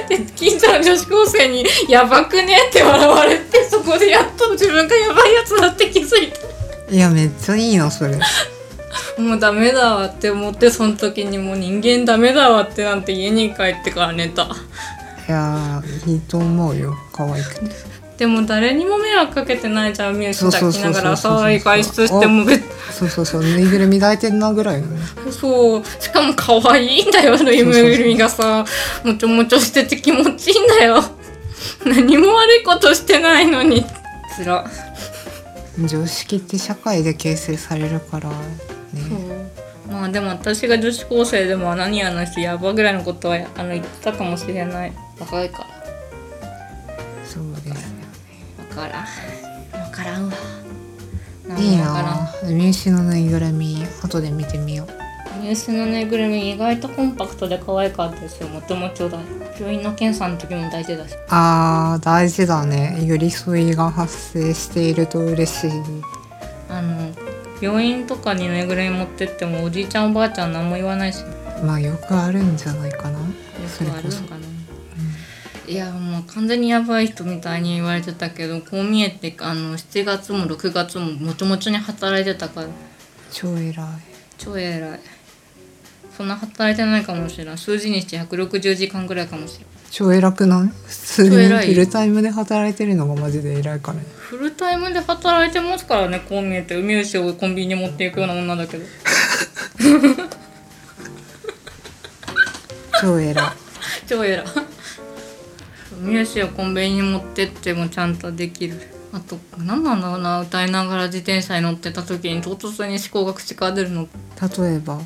[SPEAKER 1] で近所の女子高生に「やばくね?」って笑われてそこでやっと自分がやばいやつだって気づいた
[SPEAKER 2] いやめっちゃいいなそれ
[SPEAKER 1] もうダメだわって思ってその時にもう人間ダメだわってなんて家に帰ってから寝た
[SPEAKER 2] いやーいいと思うよ可愛くて
[SPEAKER 1] でも誰にも迷惑かけてないじゃんミュージ抱きながら
[SPEAKER 2] そうそうそうそうそう
[SPEAKER 1] 朝外出しても別
[SPEAKER 2] そうそうそうぬいぐるみ抱いてんなぐらいのね
[SPEAKER 1] そうしかも可愛いんだよぬいぐるみがさもちょもちょしてて気持ちいいんだよ 何も悪いことしてないのにつら
[SPEAKER 2] 常識って社会で形成されるからね
[SPEAKER 1] そうまあでも私が女子高生でも何やのしやばぐらいのことはあの言ってたかもしれない若いから
[SPEAKER 2] そうです
[SPEAKER 1] 分からん分からんわ何
[SPEAKER 2] いい
[SPEAKER 1] もわからん
[SPEAKER 2] なミュシのぬいぐるみ後で見てみよう
[SPEAKER 1] ニュースのぬいぐるみ意外とコンパクトで可愛かったですよもともとだ病院の検査の時も大事だし
[SPEAKER 2] あー大事だね寄り添いが発生していると嬉しい
[SPEAKER 1] あの病院とかにぬいぐるみ持ってってもおじいちゃんおばあちゃん何も言わないしよ
[SPEAKER 2] まあよくあるんじゃないかなそれ
[SPEAKER 1] くある
[SPEAKER 2] こ
[SPEAKER 1] の
[SPEAKER 2] そ
[SPEAKER 1] かな、いやもう完全にやばい人みたいに言われてたけどこう見えてあの7月も6月ももちもちに働いてたから
[SPEAKER 2] 超偉い
[SPEAKER 1] 超偉いそんな働いてないかもしれない数字にして160時間ぐらいかもしれない
[SPEAKER 2] 超偉くない普
[SPEAKER 1] 超
[SPEAKER 2] 通に
[SPEAKER 1] 偉い
[SPEAKER 2] フルタイムで働いてるのがマジで偉いからね
[SPEAKER 1] フルタイムで働いてますからねこう見えてウミウシをコンビニに持っていくような女だけど
[SPEAKER 2] 超偉い
[SPEAKER 1] 超偉いウミウシをコンビニに持ってってもちゃんとできるあと何なんだろうな歌いながら自転車に乗ってた時に唐突に思考が口から出るの
[SPEAKER 2] 例えば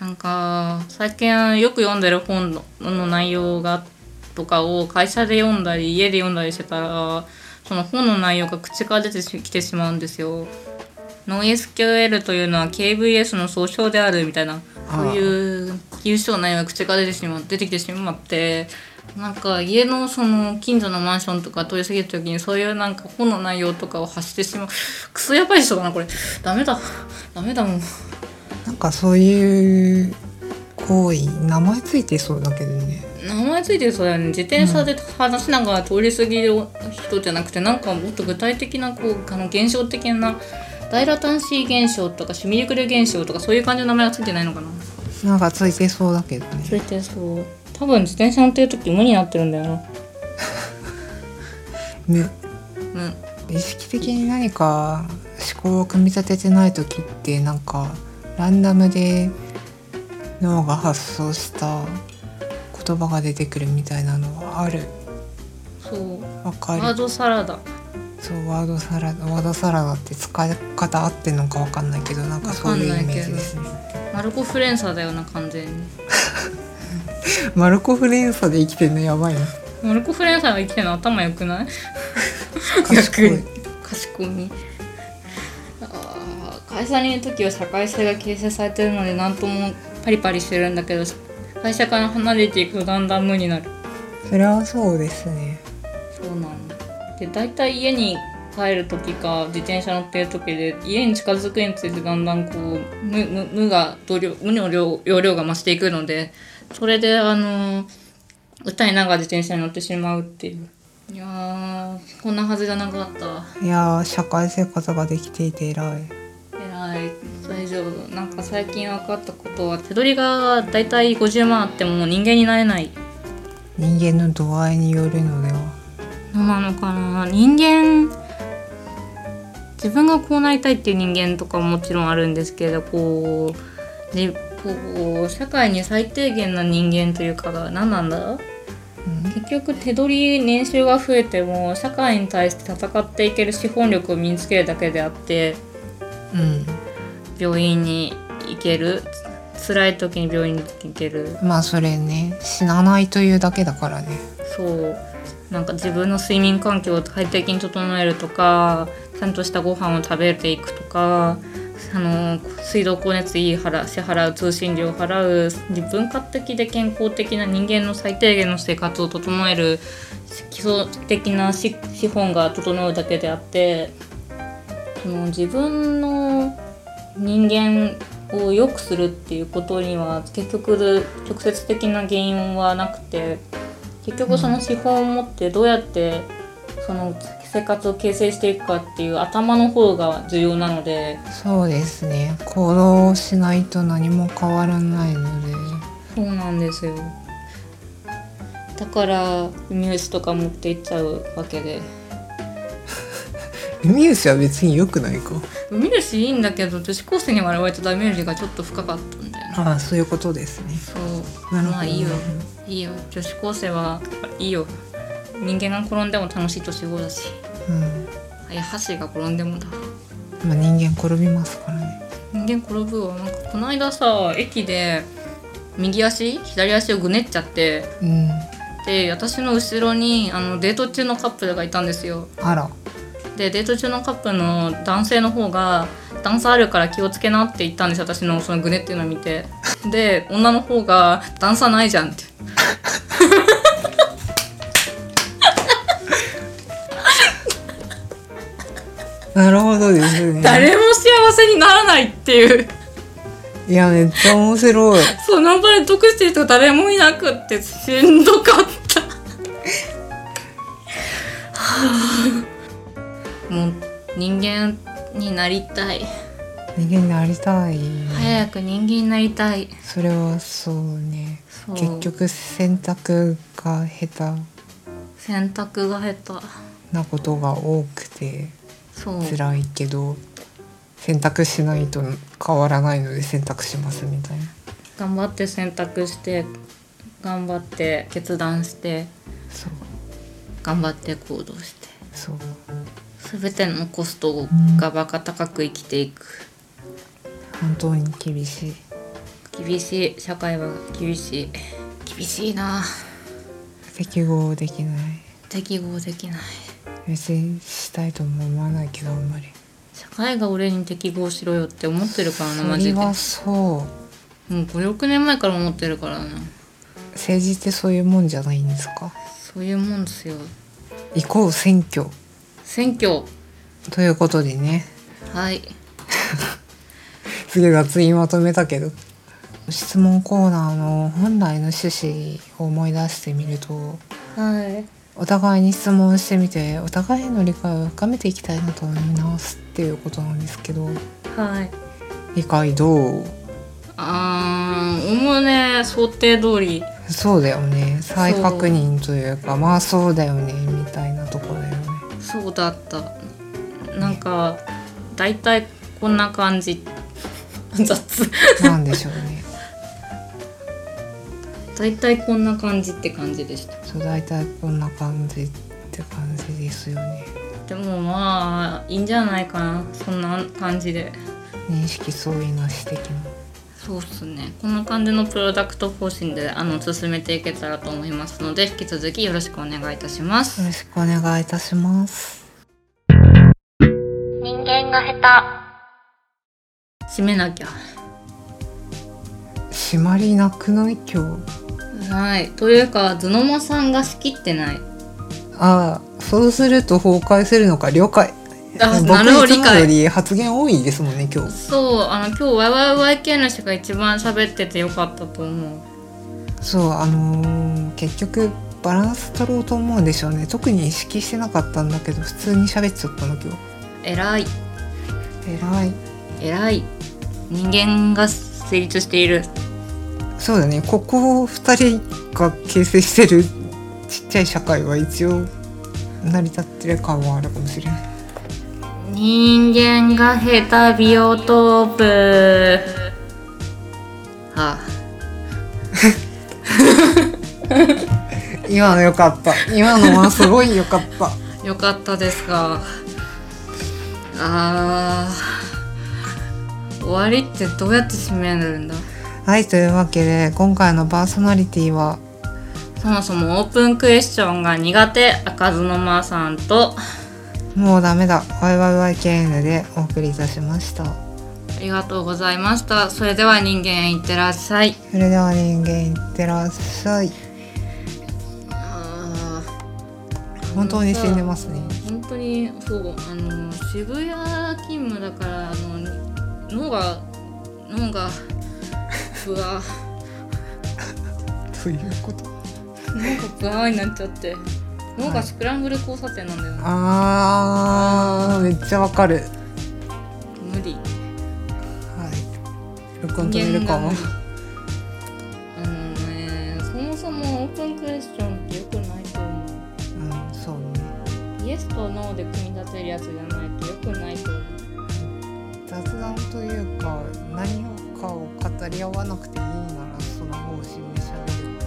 [SPEAKER 1] なんか最近よく読んでる本のの内容がとかを会社で読んだり家で読んだりしてたらその本の内容が口から出てきてしまうんですよ。NoSQL というのは KVS の総称であるみたいな
[SPEAKER 2] ああ
[SPEAKER 1] そういう優秀内容が口から出てしま出てきてしまってなんか家のその近所のマンションとか通り過ぎる時にそういうなんか本の内容とかを発してしまうクソやばい人だなこれダメだダメだもん。
[SPEAKER 2] なんかそういう行為名前ついてそうだけどね
[SPEAKER 1] 名前ついてるそうだよね自転車で話しながら通り過ぎる人じゃなくて、なんかもっと具体的なこうあの現象的なダイラタンシー現象とかシミリクル現象とかそういう感じの名前がついてないのかな
[SPEAKER 2] なんかついてそうだけど
[SPEAKER 1] つ
[SPEAKER 2] ね
[SPEAKER 1] いてそう多分自転車乗ってる時無になってるんだよな
[SPEAKER 2] ね
[SPEAKER 1] うん
[SPEAKER 2] 意識的に何か思考を組み立ててない時ってなんかランダムで脳が発想した言葉が出てくるみたいなのはある
[SPEAKER 1] そう
[SPEAKER 2] わか
[SPEAKER 1] ワー
[SPEAKER 2] る
[SPEAKER 1] ドサラダ
[SPEAKER 2] そうワードサラダワードサラダって使い方合ってんのかわかんないけどなんかそういうイメージですね
[SPEAKER 1] マルコフレンサだよな完全に
[SPEAKER 2] マルコ・フレンサで生きてんのやばいな
[SPEAKER 1] マルコフレンサが生きてるの頭良くない
[SPEAKER 2] 賢い
[SPEAKER 1] 逆に賢みあー会社にいる時は社会性が形成されてるので何ともパリパリしてるんだけど会社から離れていくとだんだん無になる
[SPEAKER 2] それはそうですね
[SPEAKER 1] そうなので大体家に帰る時か自転車乗ってる時で家に近づくについてだんだんこう無無無が同量無の量容量が増していくのでそれであの歌いながら自転車に乗ってしまうっていういやーこんなはずじゃなかった。
[SPEAKER 2] いやー社会生活ができていて偉い
[SPEAKER 1] 偉い大丈夫なんか最近分かったことは手取りがだいたい50万あっても人間になれない
[SPEAKER 2] 人間の度合いによるのでは
[SPEAKER 1] のなのかな人間自分がこうなりたいっていう人間とかももちろんあるんですけどこうじこう社会に最低限な人間というかが何なんだ
[SPEAKER 2] うん
[SPEAKER 1] 結局手取り年収が増えても社会に対して戦っていける資本力を身につけるだけであって
[SPEAKER 2] うん
[SPEAKER 1] 病院に行けるつ辛い時に病院に行ける
[SPEAKER 2] まあそれね死なないというだけだからね
[SPEAKER 1] そうなんか自分の睡眠環境を快適に整えるとかちゃんとしたご飯を食べていくとかあの水道光熱費払支払う通信料払う自分勝手で健康的な人間の最低限の生活を整える基礎的な資資本が整うだけであってその自分の人間を良くするっていうことには結局直接的な原因はなくて結局その資本を持ってどうやってその生活を形成していくかっていう頭の方が重要なので
[SPEAKER 2] そうですね行動をしないと何も変わらないので
[SPEAKER 1] そうなんですよだからニュースとか持っていっちゃうわけで
[SPEAKER 2] 海牛は別に良くないか
[SPEAKER 1] 海牛いいんだけど女子高生に我々とダメージがちょっと深かったんだよね
[SPEAKER 2] ああそういうことですね
[SPEAKER 1] そう
[SPEAKER 2] なるほどね
[SPEAKER 1] まあいいよいいよ女子高生はいいよ人間が転んでも楽しい年頃だし
[SPEAKER 2] うん
[SPEAKER 1] いや箸が転んでもだ
[SPEAKER 2] まあ人間転びますからね
[SPEAKER 1] 人間転ぶわなんかこの間さ駅で右足左足をぐねっちゃって
[SPEAKER 2] うん
[SPEAKER 1] で私の後ろにあのデート中のカップルがいたんですよ
[SPEAKER 2] あら
[SPEAKER 1] でデート中のカップルの男性の方が「段差あるから気をつけな」って言ったんですよ私のそのグネっていうのを見てで女の方が「段差ないじゃん」って
[SPEAKER 2] なるほどですね
[SPEAKER 1] 誰も幸せにならないっていう
[SPEAKER 2] いやめっちゃ 面白い
[SPEAKER 1] その場で得してる人が誰もいなくってしんどかったはぁ もう人間になりたい
[SPEAKER 2] 人間になりたい
[SPEAKER 1] 早く人間になりたい
[SPEAKER 2] それはそうね
[SPEAKER 1] そう
[SPEAKER 2] 結局選択が下
[SPEAKER 1] 選択が下手
[SPEAKER 2] 手なことが多くて
[SPEAKER 1] そう
[SPEAKER 2] 辛いけど選択しないと変わらないので選択しますみたいな
[SPEAKER 1] 頑張って選択して頑張って決断して
[SPEAKER 2] そう
[SPEAKER 1] 頑張って行動して
[SPEAKER 2] そう
[SPEAKER 1] 全てのコストがバカ高く生きていく
[SPEAKER 2] 本当に厳しい
[SPEAKER 1] 厳しい社会は厳しい厳しいな
[SPEAKER 2] 適合できない
[SPEAKER 1] 適合できない
[SPEAKER 2] 別にしたいとも思わないけどあんまり
[SPEAKER 1] 社会が俺に適合しろよって思ってるからな
[SPEAKER 2] そ
[SPEAKER 1] マジ
[SPEAKER 2] れ
[SPEAKER 1] でも
[SPEAKER 2] は
[SPEAKER 1] う
[SPEAKER 2] そう
[SPEAKER 1] 56年前から思ってるからな
[SPEAKER 2] 政治ってそういうもんじゃないんですか
[SPEAKER 1] そういうもんですよ
[SPEAKER 2] 行こう選挙
[SPEAKER 1] 選挙
[SPEAKER 2] ということでね
[SPEAKER 1] はい
[SPEAKER 2] すげえ雑にまとめたけど質問コーナーの本来の趣旨を思い出してみると
[SPEAKER 1] はい
[SPEAKER 2] お互いに質問してみてお互いへの理解を深めていきたいなと思い直すっていうことなんですけど
[SPEAKER 1] はい
[SPEAKER 2] 理解どう
[SPEAKER 1] あーおおむね想定通り
[SPEAKER 2] そうだよね再確認というかまあそうだよねみたいなところだよね
[SPEAKER 1] そうだったなんか大体こんな感じ 雑
[SPEAKER 2] なんでしょうね
[SPEAKER 1] 大体こんな感じって感じでした
[SPEAKER 2] そう大体こんな感じって感じですよね
[SPEAKER 1] でもまあいいんじゃないかなそんな感じで
[SPEAKER 2] 認識相違なし的な
[SPEAKER 1] そうっすねこんな感じのプロダクト方針であの進めていけたらと思いますので引き続きよろしくお願いいたします
[SPEAKER 2] よろしくお願いいたします
[SPEAKER 1] 人間が下手締めなきゃ
[SPEAKER 2] 締まりなくない今日
[SPEAKER 1] はいというか頭脳さんが仕切ってない
[SPEAKER 2] ああそうすると崩壊するのか了解
[SPEAKER 1] あ
[SPEAKER 2] 僕
[SPEAKER 1] なるほど
[SPEAKER 2] いつ
[SPEAKER 1] 理
[SPEAKER 2] も
[SPEAKER 1] 解
[SPEAKER 2] より発言多いですもんね今日
[SPEAKER 1] そうあの今日 YYYK の人が一番喋っててよかったと思う
[SPEAKER 2] そうあのー結局バランス取ろうと思うんでしょうね特に意識してなかったんだけど普通に喋っちゃったの今日
[SPEAKER 1] 偉い
[SPEAKER 2] 偉い
[SPEAKER 1] 偉い人間が成立している
[SPEAKER 2] そうだねここ2人が形成してるちっちゃい社会は一応成り立ってる感はあるかもしれない
[SPEAKER 1] 人間が下手ビオトープはあ
[SPEAKER 2] 今の良かった今のはすごい良かった
[SPEAKER 1] よかったですかあー終わりってどうやって締めるんだ
[SPEAKER 2] はいというわけで今回のパーソナリティは
[SPEAKER 1] そもそもオープンクエスチョンが苦手開かずの間さんと
[SPEAKER 2] もうダメだ YYYKN でお送りいたしました
[SPEAKER 1] ありがとうございましたそれでは人間いってらっしゃい
[SPEAKER 2] それでは人間いってらっしゃい本当に死んでますね
[SPEAKER 1] 本当にそうあの渋谷勤務だからあの脳が脳 がふわ
[SPEAKER 2] ということ
[SPEAKER 1] 脳がふわーになっちゃって脳がスクランブル交差点なんだよな、
[SPEAKER 2] あーめっちゃわかる
[SPEAKER 1] 無理
[SPEAKER 2] はい録音止めるかも
[SPEAKER 1] 人間が無理あのねそもそもオープンクエスチョンってよくないと思
[SPEAKER 2] うんそうね
[SPEAKER 1] うイエスとノーで組み立てるやつじゃないとよくないと思う
[SPEAKER 2] 雑談というか何をかを語り合わなくていいならその方針でしゃべる